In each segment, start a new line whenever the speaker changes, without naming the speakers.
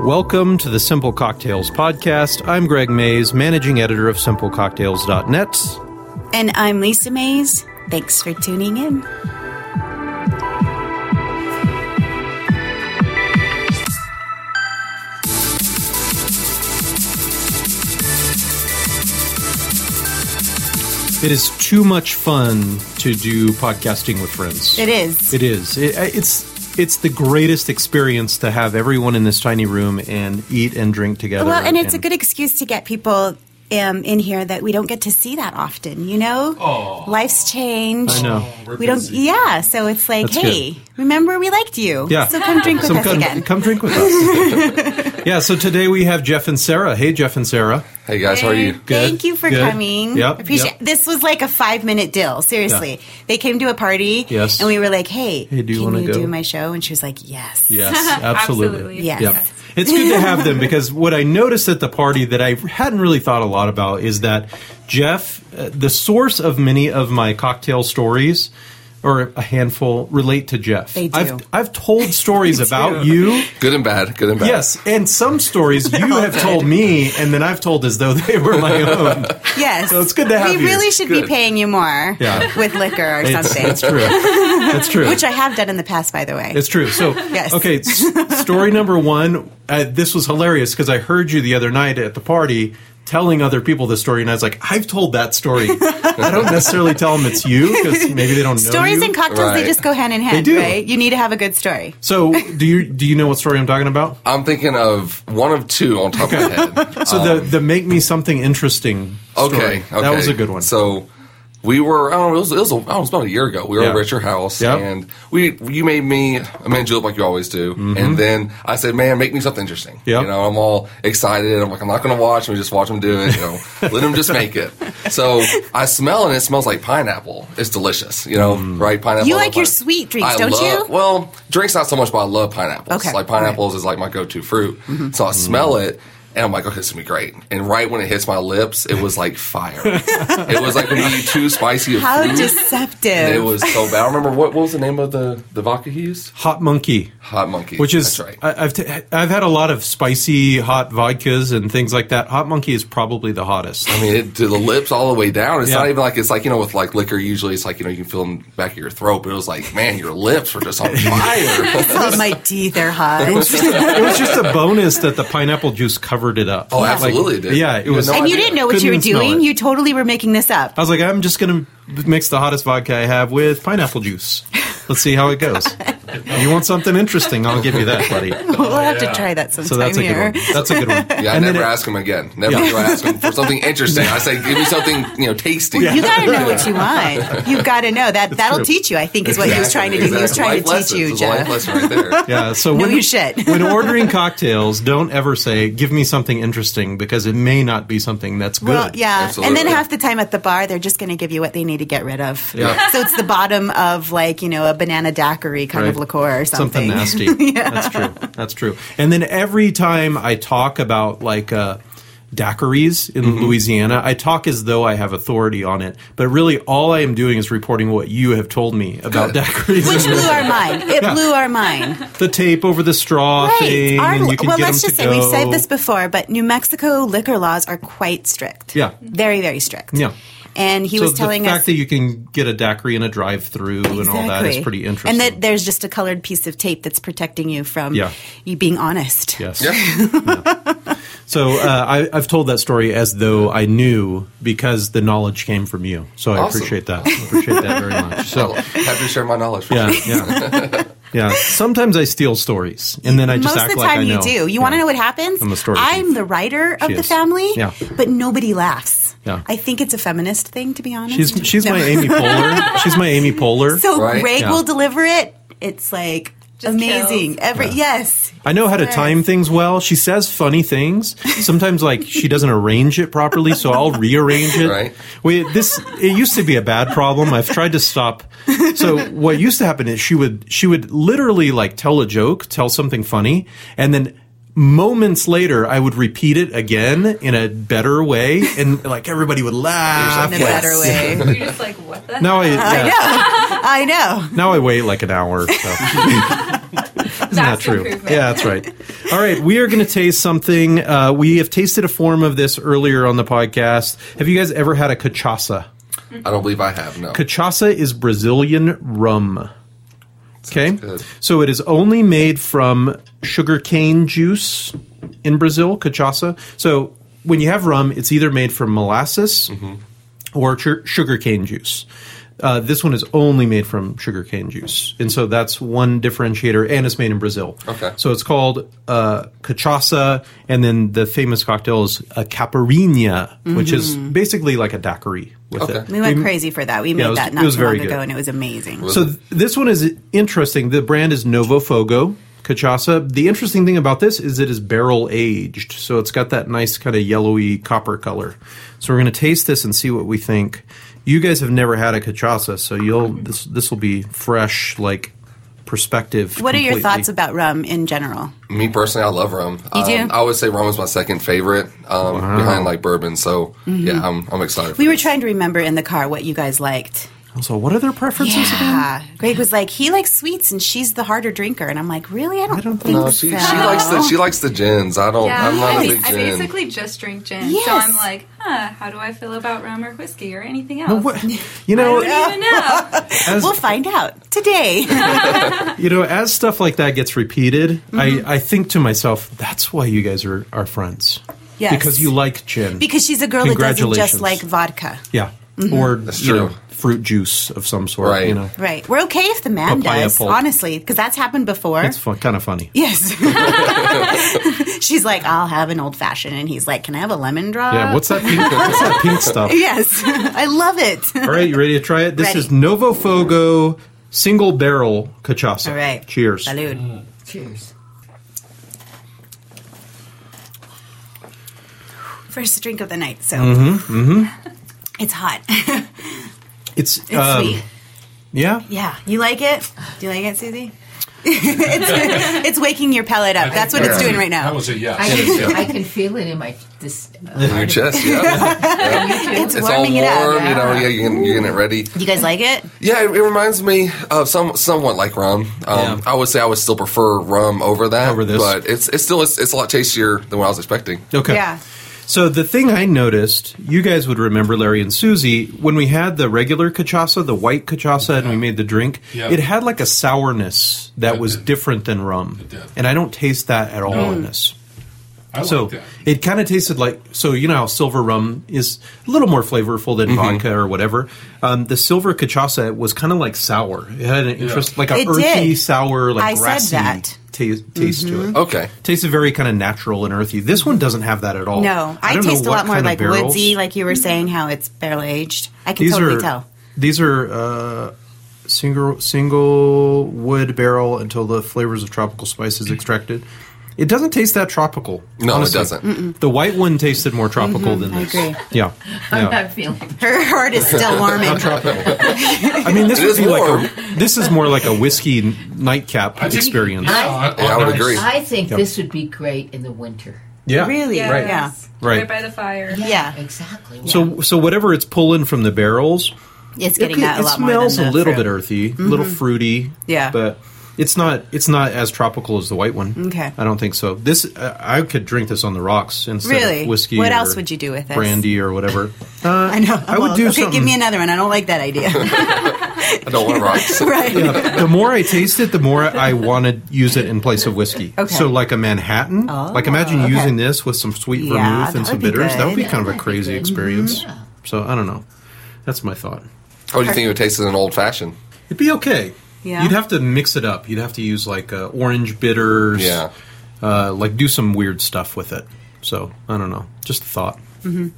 Welcome to the Simple Cocktails Podcast. I'm Greg Mays, managing editor of simplecocktails.net.
And I'm Lisa Mays. Thanks for tuning in.
It is too much fun to do podcasting with friends.
It is.
It is. It, it's it's the greatest experience to have everyone in this tiny room and eat and drink together.
well, and it's a good excuse to get people um, in here that we don't get to see that often, you know? Life's changed.
I know.
We don't, yeah. So it's like,
That's
hey, remember we liked you.
Yeah.
So come drink with
So
us
come,
again.
come drink with us. yeah. So today we have Jeff and Sarah. Hey, Jeff and Sarah.
Hey guys, how are you?
Thank you for
good.
coming.
Yep,
Appreciate
yep.
This was like a five minute deal. Seriously. They came to a party.
Yes.
And we were like, hey,
Hey, do you
can
wanna
you
go?
do my show? And she was like, yes.
Yes, absolutely.
Absolutely.
Yes.
Yep. It's good to have them because what I noticed at the party that I hadn't really thought a lot about is that Jeff, uh, the source of many of my cocktail stories, or a handful, relate to Jeff.
They do.
I've, I've told stories about you.
Good and bad. Good and bad.
Yes, and some stories you have told me, and then I've told as though they were my own.
Yes.
So it's good to have
We
you.
really should be
Good.
paying you more
Yeah.
with liquor or
It's,
something.
it's true. That's true.
Which I have done in the past, by the way.
It's true. So,
Yes.
okay, s- story number one. Uh, this was hilarious because I heard you the other night at the party telling other people this story, and I was like, I've told that story. I don't necessarily tell them it's you because maybe they don't know
Stories
you.
and cocktails, they
Right.
just go hand in hand,
do.
right? You need to have a good story.
so, do you do you know what story I'm talking about?
I'm thinking of one of two on top of my head.
So the the make me something interesting. Story.
Um, Okay, okay.
that was a good one.
So we were, I don't know, it was, it was, a, I don't know, it was about a year ago. We were
Yeah.
over at your house,
Yep.
and we you made me a man julep like you always do, and then I said, "Man, make me something interesting."
Mm-hmm. Yep.
You know, I'm all excited. I'm like, I'm not going to watch. We just watch him do it. You know, let him just make it. So I smell, and it smells like pineapple. It's delicious. You know,
Mm.
right? Pineapple.
You
I love
like your
pine-
sweet drinks,
I
don't
love-
you?
Well, drinks not so much, but I love pineapples.
Okay. Mm-hmm.
Like pineapples is like my go-to fruit. So I smell it. And I'm like, okay, this is gonna be great. And right when it hits my lips, it was like fire. it was like when you eat too spicy of
How
food.
deceptive.
it was so bad. I don't remember what, what was the name of the, the vodka he used?
Hot monkey.
Hot Monkey.
Which is
That's right.
I, I've t- I've had a lot of spicy hot vodkas and things like that. Hot monkey is probably the hottest.
I mean, it, to the lips all the way down. It's
Yeah.
not even like it's like you know with like liquor. Usually, it's like you know you can feel them back of your throat. But it was like, man, your lips were just on fire.
Oh, my teeth are hot.
it was just a bonus that the pineapple juice covered it up.
Oh, absolutely it did.
Yeah, it
You
was.
had no
and you
idea.
didn't know what you were
Couldn't smell
doing.
it. Oh,
You totally were making this up.
I was like, I'm just gonna mix the hottest vodka I have with pineapple juice. Let's see how it goes. you want something interesting? I'll give you that, buddy.
we'll have to try that sometime
So that's a good
here.
one. That's a good one.
Yeah, I
And then
never
it-
ask him again. Never
Yeah.
do I ask him for something interesting. I say, give me something, you know, tasty.
You gotta know what you want. You've gotta know that. That'll
true.
teach you. I think is what he was trying to do.
Exactly,
He was
exactly.
trying
Life
to teach
lessons.
you,
It's a life
Jeff.
lesson right there.
Yeah. So
No,
when
you should.
when ordering cocktails, don't ever say "Give me something interesting" because it may not be something that's good.
Well, yeah. And
Absolutely.
then half the time at the bar, they're just going to give you what they need to get rid of.
Yeah.
So it's the bottom of like, you know, a banana daiquiri kind of
Right.
liqueur or something.
nasty. That's true. That's true. And then every time I talk about like uh, daiquiris in
Mm-hmm.
Louisiana, I talk as though I have authority on it. But really, all I am doing is reporting what you have told me about
Good.
daiquiris.
Which blew our mind. It blew our mind.
the tape over the straw
Right.
thing,
Our-
and you can
well,
get
let's
them
just
to
say we've said
go.
this before, but New Mexico liquor laws are quite strict.
Yeah.
Very, very strict.
Yeah.
And he
so
was telling
the fact
us.
that you can get a daiquiri in a drive-through and all that is
Exactly.
pretty interesting.
And that there's just a colored piece of tape that's protecting you from
Yeah.
you being honest.
yes.
Yeah.
So uh, I, I've told that story as though I knew because the knowledge came from you. So I
Awesome.
appreciate that. I appreciate that very much.
So
So
happy to share my knowledge. with
yeah,
you.
yeah, yeah. Sometimes I steal stories and then I just
Most
act
of the
like
time
I know.
you do. You
Yeah.
want to know what happens?
I'm a story
I'm
thief.
the writer of
She
the
is.
family,
Yeah.
but nobody laughs.
Yeah.
I think it's a feminist thing, to be honest.
She's she's my Amy Poehler. She's my Amy Poehler.
so
Right?
Greg
Yeah.
will deliver it. It's like
Just
amazing. Every yes.
I know how to
Yes.
time things well. She says funny things. Sometimes, like she doesn't arrange it properly, so I'll rearrange it.
Right.
We this it used to be a bad problem. I've tried to stop. So what used to happen is she would she would literally like tell a joke, tell something funny, and then moments later I would repeat it again in a better way, and like everybody would laugh.
In a
Yes.
better way.
You're just like, what the?
Now I, yeah.
I know.
now I wait like an hour. So. Not
That's
true.
improvement.
Yeah, that's right. All right, we are going to taste something. Uh, we have tasted a form of this earlier on the podcast. Have you guys ever had a cachaça?
I don't believe I have. No.
Cachaça is Brazilian rum. Okay.
good.
So it is only made from sugarcane juice in Brazil, cachaça. So when you have rum, it's either made from molasses
Mm-hmm.
or ch- sugarcane juice. Uh, this one is only made from sugarcane juice. And so that's one differentiator, and it's made in Brazil.
Okay.
So it's called uh, cachaça, and then the famous cocktail is a caipirinha, which is basically like a daiquiri with
Mm-hmm. Okay.
it.
We went crazy for that. We made
it was-
that
it
not
was
too
very
long ago,
good.
and it was amazing.
So th- this one is interesting. The brand is Novo Fogo Cachaça. The interesting thing about this is it is barrel aged, so it's got that nice kind of yellowy copper color. So we're going to taste this and see what we think. You guys have never had a cachaça, so you'll this this will be fresh like perspective.
what are your
completely.
thoughts about rum in general?
Me personally, I love rum.
You
um,
do?
I would say rum is my second favorite um, behind like bourbon. So yeah, I'm, I'm excited.
Mm-hmm. We
for
were
this.
trying to remember in the car what you guys liked.
Also, what are their preferences again?
Yeah. Greg was like, he likes sweets and she's the harder drinker. And I'm like, really? I don't,
don't
think
know.
She, she
so.
likes the she likes the gins. I don't.
Yeah,
I'm not
I,
a
bas-
big
I
gin.
basically just drink gin.
Yes.
So I'm like, huh, how do I feel about rum or whiskey or anything else?
What- you
I
know,
don't even know.
as-
We'll find out today.
you know, as stuff like that gets repeated,
Mm-hmm.
I, I think to myself, that's why you guys are, are friends.
Yes.
Because you like gin.
because Mm-hmm. she's a girl that doesn't just
Congratulations.
like vodka.
Yeah, or you
true.
know, fruit juice of some sort.
Right.
You know,
Right. We're okay if the man
Papaya
does,
pulp.
honestly, because that's happened before.
it's fun, kind of funny.
yes. she's like, I'll have an old fashioned. And he's like, Can I have a lemon drop?
Yeah, what's that? Pink, what's that pink stuff?
Yes. I love it.
All right, you ready to try it? This
Ready.
is Novo Fogo single barrel cachaça.
All right.
cheers.
Salud.
Cheers.
First drink of the night. So
Mm-hmm,
it's hot.
It's,
It's
um,
sweet.
Yeah,
Yeah. You like it? Do you like it, Susie? it's, it's waking your palate up. That's what it's doing right
That
now.
was a yes.
I can, I can feel it in my this. uh,
in your chest. Yeah, Yeah.
It's
it's all warm.
warming it up.
You know, yeah, you're getting, you're getting it ready.
You guys like it?
Yeah, it, it reminds me of some somewhat like rum. Um, I would say I would still prefer rum over that.
Over this.
but it's it's still it's, it's a lot tastier than what I was expecting.
Okay.
Yeah.
So the thing I noticed, you guys would remember Larry and Susie, when we had the regular cachaça, the white cachaça, and we made the drink,
Yeah.
it had like a sourness that
It
was
did.
different than rum.
It did.
And I don't taste that at all
Mm.
in this.
I
so
like that.
it kind of tasted like so you know how silver rum is a little more flavorful than vodka or whatever. Um, the silver cachaça was kind of like sour. It had an interest like a
It
earthy,
did.
sour, like
I said
grassy
that. Mm-hmm.
ta- taste to it.
Okay,
Tasted very kind of natural and earthy. This one doesn't have that at all.
No, I,
don't know
taste a
what
lot more
kind of
like
barrels.
woodsy, like you were saying, how it's barrel aged. I can
These
totally
are
tell.
these are uh, single single wood barrel until the flavors of tropical spice is extracted. It doesn't taste that tropical.
No, it
honestly.
doesn't.
The white one tasted more tropical than
Mm-hmm. I
this.
agree.
Yeah,
I'm
yeah.
not feeling.
Her heart is still warming.
I mean, this
It
would
is
be
warm.
like a, this is more like a whiskey n- nightcap
I think-
experience.
Yeah,
I-
I-
Yeah, I would
nice.
agree.
I think this would be great in the winter.
Yeah,
Really?
Yes.
Right.
Yeah.
Right.
Right by the fire.
Yeah.
exactly. yeah.
So, so whatever it's pulling from the barrels,
It's getting
it,
that a
it
lot more.
smells
than
a
the
little
fruit. Mm-hmm.
bit earthy, a little fruity.
Yeah.
but it's not it's not as tropical as the white one.
Okay.
I don't think so. This uh, I could drink this on the rocks instead
Really?
of whiskey.
What
or
else would you do with this?
Brandy or whatever. Uh,
I know.
I would
Well,
do
okay,
something.
Give me another one. I don't like that idea.
I don't want rocks.
right.
the more I taste it, the more I want to use it in place of whiskey.
Okay.
So like a Manhattan.
Oh,
like imagine
okay.
using this with some sweet
Yeah,
vermouth
that
and some
would be
bitters. That would be
good. Mm-hmm.
kind of a
That might be
crazy
good.
experience.
Yeah.
So I don't know. That's my thought.
How do Oh, you think it would taste as an old fashioned?
It'd be okay.
Yeah.
You'd have to mix it up. You'd have to use like uh, orange bitters.
Yeah.
Uh, like do some weird stuff with it. So I don't know. Just a thought.
Mm-hmm.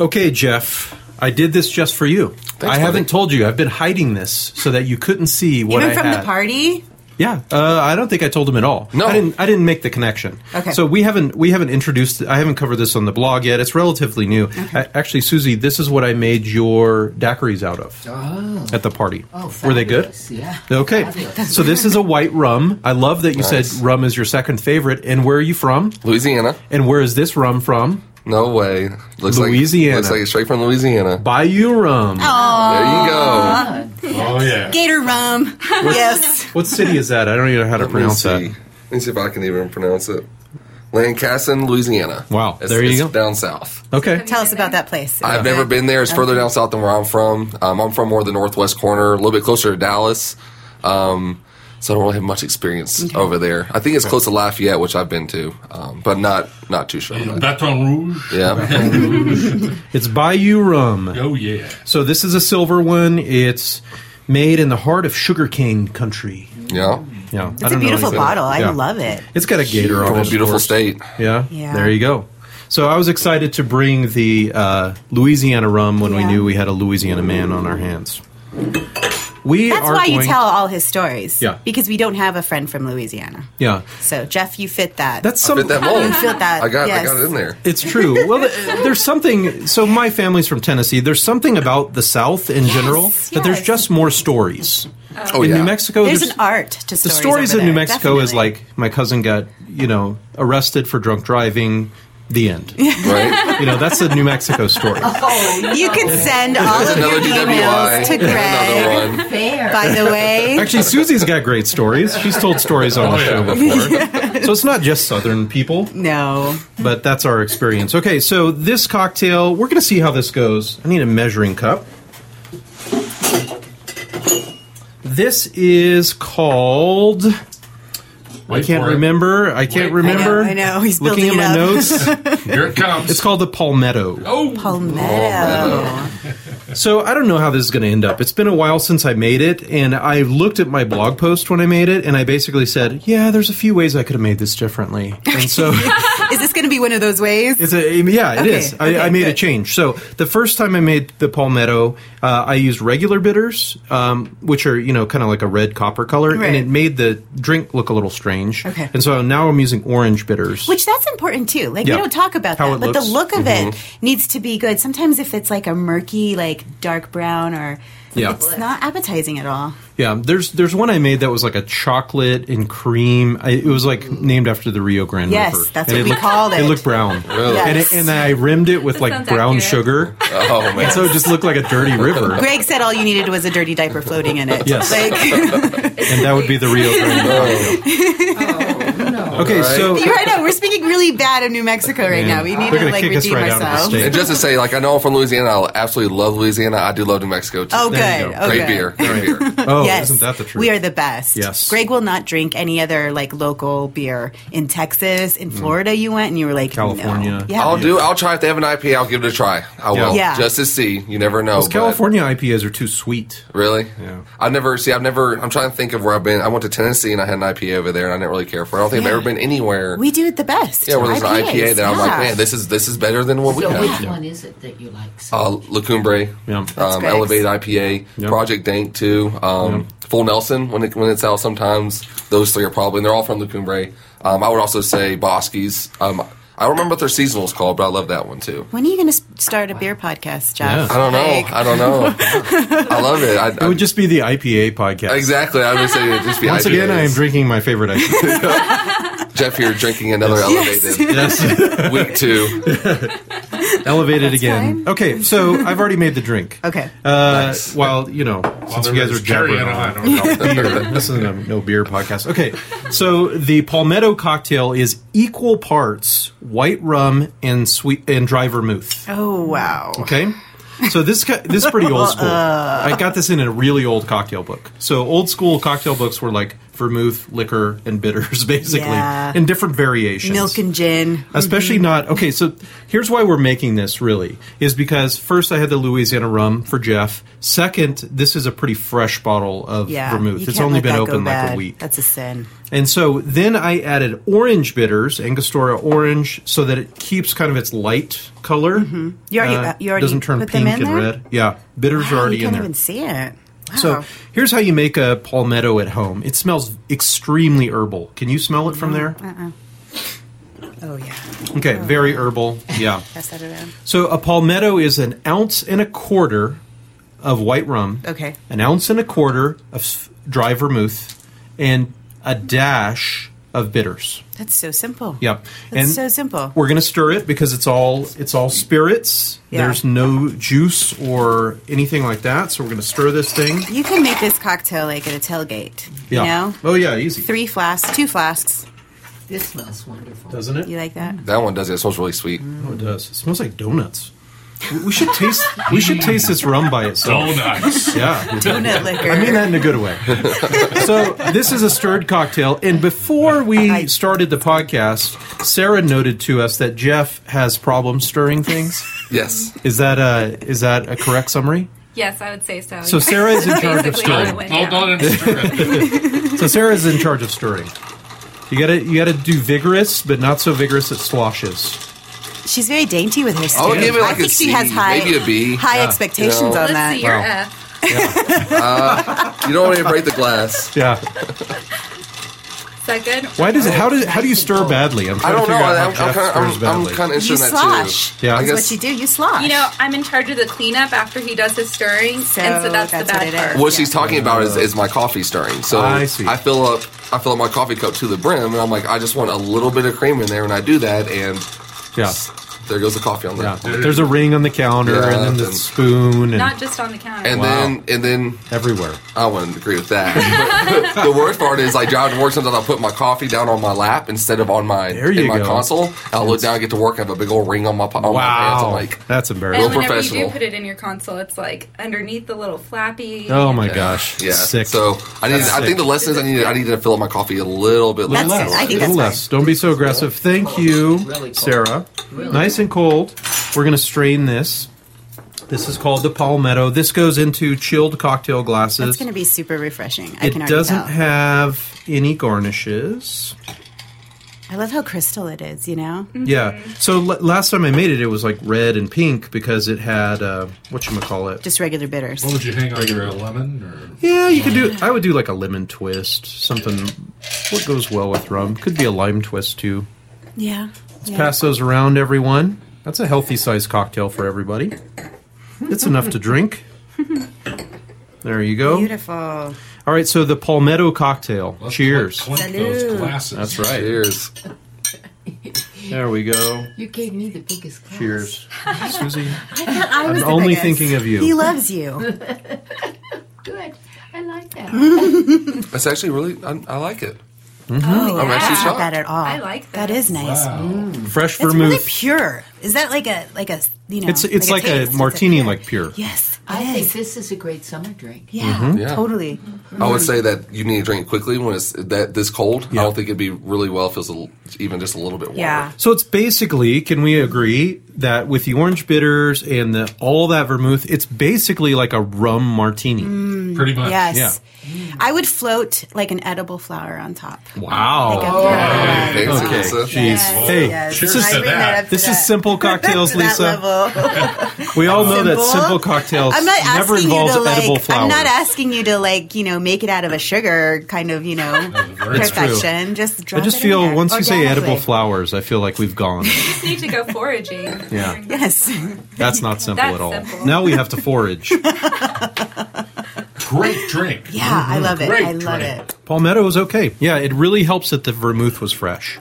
Okay, Jeff. I did this just for you. I
buddy.
haven't told you. I've been hiding this so that you couldn't see what
Even
I
from
had.
the party.
Yeah, uh, I don't think I told him at all.
No.
I didn't. I didn't make the connection.
Okay.
So we haven't we haven't introduced. I haven't covered this on the blog yet. It's relatively new. I, actually, Susie, this is what I made your daiquiris out of
Oh.
at the party.
Oh,
Were they good?
fabulous, Yeah.
Okay.
Fabulous.
So this is a white rum. I love that you
Nice.
said rum is your second favorite. And where are you from?
Louisiana?
And where is this rum from?
No way. Looks
Louisiana.
Oh.
Like, looks like it's straight from Louisiana.
Bayou rum.
There you go.
Fun.
Oh yeah.
Oh, Gator rum. yes.
What city is that? I don't even know how to
Let me
pronounce
see.
that.
Let me see if I can even pronounce it. Lancaster, Louisiana.
Wow,
It's-
there you
it's
go.
Down south.
Okay.
Tell us about that place.
I've never been there. It's further down south than where I'm from. Um, I'm from more the northwest corner, a little bit closer to Dallas. Um, so I don't really have much experience over there. I think it's close to Lafayette, which I've been to, um, but not not too sure. about it.
Baton Rouge.
Yeah,
It's Bayou Rum.
Oh yeah.
So this is a silver one. It's made in the heart of sugarcane country.
yeah.
Yeah,
It's a beautiful bottle. I love it.
It's got a gator on
From a
it.
beautiful state.
Yeah.
Yeah.
There you go. So I was excited to bring the uh, Louisiana rum when we
Yeah.
knew we had a Louisiana man on our hands. We
That's
are
why you
going-
tell all his stories.
Yeah.
Because we don't have a friend from Louisiana.
Yeah,
So Jeff, you fit that.
that's
I
some.
fit that mold.
You fit that.
I got I
yes.
got it in there.
It's true. Well, th- there's something. So my family's from Tennessee. There's something about the South in general that there's
yes.
just more stories.
Oh
in
yeah.
New Mexico,
There's an art to stories.
the stories
over
in New
there,
Mexico is
definitely.
like my cousin got you know arrested for drunk driving. The end.
right?
You know that's the New Mexico story.
you can send all
That's
of
another
your
DWI.
emails to Greg.
Another one.
Fair.
By the way,
Actually, Susie's got great stories. She's told stories on the
Oh, yeah.
show before. So it's not just Southern people,
no.
but that's our experience. Okay, so this cocktail, we're going to see how this goes. I need a measuring cup. This is called. I
Wait
can't
for it.
remember. I can't
Wait for it.
remember.
I know, I know. He's
looking at
building
my
it up.
notes.
Here it comes.
It's called the Palmetto.
Oh.
Palmetto.
So I don't know how this is going to end up. It's been a while since I made it, and I looked at my blog post when I made it, and I basically said, "Yeah, there's a few ways I could have made this differently." And so
Is this going to be one of those ways?
it's a yeah, it
Okay,
is.
okay,
I, I made a
good.
change. So the first time I made the palmetto, uh, I used regular bitters, um, which are you know kind of like a red copper color,
Right.
and it made the drink look a little strange.
Okay.
And so now I'm using orange bitters.
Which that's important too. Like
Yeah.
we don't talk about
How
that,
it
but
looks. Mm-hmm.
the look of it needs to be good. Sometimes if it's like a murky, like dark brown, or
Yeah.
it's not appetizing at all.
Yeah, there's there's one I made that was like a chocolate and cream. I, it was like named after the Rio Grande
Yes,
River.
that's
and
what we
looked,
called it.
looked brown, and,
Yes.
it, and I rimmed it with like
sounds
brown
accurate.
sugar,
Oh man.
so it just looked like a dirty river,
Greg said all you needed was a dirty diaper floating in it.
Yes.
Like,
and that would be the Rio Grande.
Oh,
Oh,
Okay, so
you're right now, we're speaking really bad of New Mexico right
Man,
now. We need
they're
to
gonna
like
kick us
redeem
right out of the
ourselves.
state.
and just to say, like I know I'm from Louisiana. I absolutely love Louisiana. I do love New Mexico too.
Oh, good.
There you go.
Oh,
Great
good.
beer. Great beer.
oh,
yes.
isn't that the truth?
We are the best.
Yes.
Greg will not drink any other like local beer in Texas. In Florida, you went and you were like, no.
Mm. California.
Yeah.
I'll do. I'll try if they have an IPA. I'll give it a try. I will.
Yeah.
Just to see. You never know.
Those
Oh, but-
California IPAs are too sweet.
Really?
Yeah.
I've never see. I've never. I'm trying to think of where I've been. I went to Tennessee and I had an IPA over there, and I didn't really care for. it. I don't think I've
Yeah.
ever been anywhere.
We do it the best.
yeah, where there's an IPA that I'm like,
yeah.
man, this is this is better than what we
so
have.
which one is it that you like? So
Uh, La Cumbre,
Yeah.
um,
Greg's.
Elevate IPA,
Yeah.
Project Dank too, um, Full Nelson when it, when it's out. Sometimes those three are probably and they're all from La Cumbre. Um, I would also say Bosky's. Um, I don't remember what their seasonal's called, but I love that one too.
When are you going to start a beer podcast,
Yeah.
Jeff?
I don't know.
Like,
I don't know. I love it. I,
It
I-
would just be the IPA podcast.
exactly. I would say it'd just be
Once again, I am
IPAs.
drinking my favorite IPA.
Jeff here drinking another elevated
yes,
week two.
elevated again. Okay, so I've already made the drink.
okay.
Uh,
Nice.
Well, you know, since you guys are
cherry
jabbering
in it, I
on.
don't know.
beer. This isn't a no beer podcast. Okay, so the Palmetto cocktail is equal parts white rum and sweet and dry vermouth.
Oh, wow.
Okay, so this ki- this is pretty old school. I got this in a really old cocktail book. So old school cocktail books were like vermouth, liquor, and bitters, basically,
Yeah.
in different variations
Milk and gin.
especially not okay so here's why we're making this really is because first i had the louisiana rum for jeff second this is a pretty fresh bottle of
Yeah.
vermouth
you
it's
can't
only
let
been
that go
open like a
bad.
week
That's a sin.
and so then i added orange bitters angostura orange so that it keeps kind of its light color
Mm-hmm. You already,
Uh,
you already
doesn't turn
put
pink
them in
and
there?
red yeah bitters
Wow,
are already
you
in
can't
there
even see it. Wow.
so here's how you make a palmetto at home it smells extremely herbal can you smell it from there
uh-uh. oh, yeah.
okay very herbal yeah
Pass that around.
So a palmetto is an ounce and a quarter of white rum.
Okay.
An ounce and a quarter of s- dry vermouth, and a dash of bitters.
That's so simple.
Yep.
That's so simple.
We're going to stir it because it's all it's all spirits.
Yeah.
There's no juice or anything like that. So we're going to stir this thing.
You can make this cocktail like at a tailgate. You
Yeah.
know?
Oh yeah, easy.
Three flasks, two flasks.
This smells wonderful.
Doesn't it?
You like that?
That one does it. It smells really sweet.
Oh, it does. It smells like donuts. We- We should taste. we should taste this rum by itself.
Donuts.
Yeah.
Donut liquor.
I mean that in a good way. so this is a stirred cocktail, and before we started the podcast, Sarah noted to us that Jeff has problems stirring things.
Yes.
Is that a is that a correct summary?
Yes, I would say so.
So
yeah.
Sarah is in charge of
Basically all
stirring.
the way
Hold
down.
on and stir it.
So Sarah's in charge of stirring. You gotta you gotta do vigorous, but not so vigorous it sloshes.
She's very dainty with her
I
stew.
would give it like
I think
a
she
C,
has high
maybe a B.
high expectations
You know.
on
Let's
that.
see uh, your
Wow.
F.
You don't want to break the glass.
Yeah.
Is that good?
Why does it? How does? How do you stir badly? I'm
I
trying
don't
to
know.
figure
I'm,
out
I'm
how Jeff
kind of,
stirs
I'm, I'm
badly.
kind
You
of interested in that
slosh.
too.
Yeah.
I
That's
That's
guess.
what you do. You slosh.
You know, I'm in charge of the cleanup after he does his stirring,
So
and so that's,
that's
the
what
bad
it is.
part.
What she's talking about is, is my coffee stirring. So
I see.
fill up I fill up my coffee cup to the brim, and I'm like, I just want a little bit of cream in there, and I do that, and
Yeah.
there goes the coffee on the.
Yeah. There's a ring on the counter,
Yeah,
and then the
and-
spoon, and
Not just on the counter.
And
Wow.
then and then
everywhere.
I wouldn't agree with that. But the worst part is I drive to work sometimes I put my coffee down on my lap instead of on my
There
in
you
my
go.
console. And I look down, I get to work, I have a big old ring on Oh, my po- on my pants.
Wow.
I'm like,
That's
And
embarrassing.
Real
whenever you
professional.
do put it in your console, it's like underneath the little flappy.
Oh my gosh.
yeah.
Sick.
So I need. I think the lesson is I need. I need to fill up my coffee a little bit.
little
That's
less.
it. I think
little
that's
less. Don't be so aggressive. Thank you,
Really cold.
Sarah.
Really
Nice and cold. We're gonna strain this. This is called the Palmetto. This goes into chilled cocktail glasses.
It's going to be super refreshing. I
It
can already
doesn't
tell.
have any garnishes.
I love how crystal it is. You know,
Yeah. So l- last time I made it, it was like red and pink because it had uh, what you call it.
just regular bitters.
What would you hang on your lemon? Or?
Yeah, you could do. I would do like a lemon twist, something. What goes well with rum could be a lime twist too.
Yeah. yeah.
Pass those around, everyone. That's a healthy sized cocktail for everybody. It's enough to drink. There you go.
Beautiful.
All right, so the Palmetto cocktail. Cheers.
Clink those
Salud.
glasses.
That's right.
Cheers.
There we go.
You gave me the biggest glass.
Cheers, Susie.
I
I'm
was the
only
biggest.
thinking of you.
He loves you.
Good. I like that.
That's actually really. I, I like it.
Oh,
I'm
yeah.
actually
Not
shocked.
that at all.
I like
that. That
this.
is nice.
Wow.
Fresh
It's
vermouth.
really pure. Is that like a like a you know?
It's it's like,
taste?
a,
It's
martini, like pure.
yes, it
I think
is.
this is a great summer drink.
Yeah,
Mm-hmm.
Yeah.
totally.
I would say that you need to drink it quickly when it's that this cold. I don't think it'd be really well. If it feels a, l- even just a little bit warmer.
Yeah.
So it's basically, can we agree that with the orange bitters and the, all that vermouth, it's basically like a rum martini.
Mm.
Pretty
Uh,
much.
Yes. I would float like an edible flower on top.
Wow.
Like a flower.
Okay, so
Okay.
it's a-
Jeez. Hey,
Yes.
Cheers
this
to
I bring
is
that.
up
this
to
is
that-
simple cocktails,
to that
Lisa.
level.
We all know that
Simple?
simple cocktails
I'm not
never
asking you
involves
to like.
edible flowers.
I'm not asking you to like. You know, make it out of a sugar kind of. You know,
It's true.
perfection. Just
I
drop
just
it in
feel
there
once you say edible
organically.
flowers, I feel like we've gone.
You just need to go foraging.
Yeah.
Yes.
That's not simple
That's
at all.
simple.
Now we have to forage.
Great drink.
Yeah,
Mm-hmm.
I love it.
Great
I love
drink.
it.
Palmetto is okay. Yeah, it really helps that the vermouth was fresh.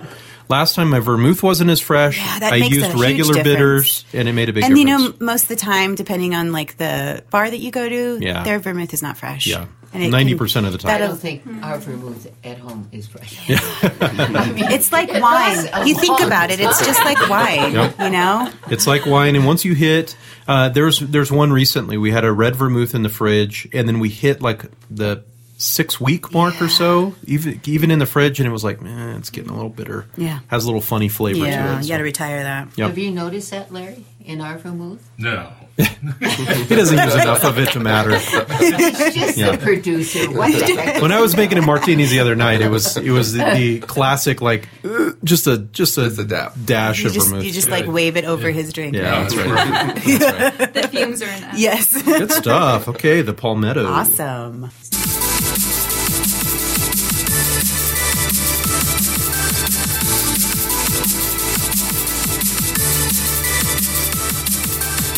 Last time my vermouth wasn't as fresh.
Yeah, that
I
makes a
used
huge
regular
difference.
bitters, and it made a big
And you
difference.
know, most of the time, depending on like the bar that you go to,
Yeah.
their vermouth is not fresh.
Yeah.
And it can-
90% of the time.
I
that'll-
don't think our vermouth at home is fresh.
It's like wine.
a
You think
long
about it, it's just like wine.
Yep.
You know,
It's like wine, and once you hit, uh, there's there's one recently. We had a red vermouth in the fridge, and then we hit like the six week mark or so, even even in the fridge, and it was like, man, it's getting a little bitter.
Yeah.
has a little funny flavor
yeah,
to it.
you got to retire that.
Yep.
Have you noticed that, Larry, in our vermouth?
No.
He doesn't use enough of it to matter.
He's just
Yeah.
a producer. What the heck?
When I was making a martini the other night, it was it was the, the classic like uh, just a just a,
Just a dab.
dash
You
of
just
vermouth.
you just like wave it over his drink.
yeah,
right?
Oh, that's right.
The fumes are in. Yeah.
Yes.
Good stuff. Okay, the palmetto.
awesome.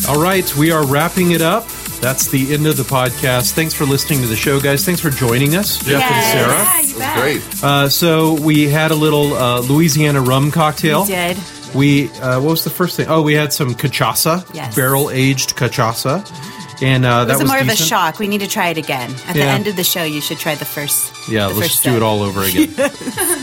All right, we are wrapping it up. That's the end of the podcast. Thanks for listening to the show, guys. Thanks for joining us, Jeff
Yes.
and Sarah.
Yeah, you bet.
Great.
Uh, so we had a little uh, Louisiana rum cocktail.
We did.
We uh, what was the first thing? Oh, we had some cachaça,
Yes.
barrel aged cachaça, and uh,
It
that
was,
was
more of a
decent.
shock. We need to try it again. At the
Yeah.
end of the show, you should try the first.
Yeah,
the
let's
first
do
sip.
it all over again.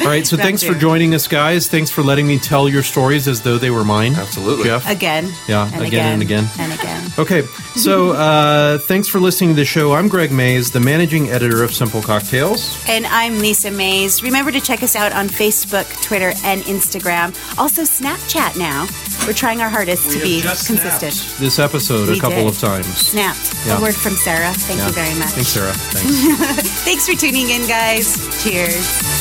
All right, so thanks for
Exactly.
joining us, guys. Thanks for letting me tell your stories as though they were mine.
Absolutely.
Jeff.
again.
Yeah,
and
again and again.
and again.
Okay, so uh, thanks for listening to the show. I'm Greg Mays, the managing editor of Simple Cocktails.
And I'm Lisa Mays. Remember to check us out on Facebook, Twitter, and Instagram. Also, Snapchat now. We're trying our hardest to
have
be
just
consistent.
This episode
We
a couple
did.
of times.
Snapped.
Yeah.
A word from Sarah. Thank
Yeah.
you very much.
Thanks, Sarah. Thanks.
Thanks for tuning in, guys. Cheers.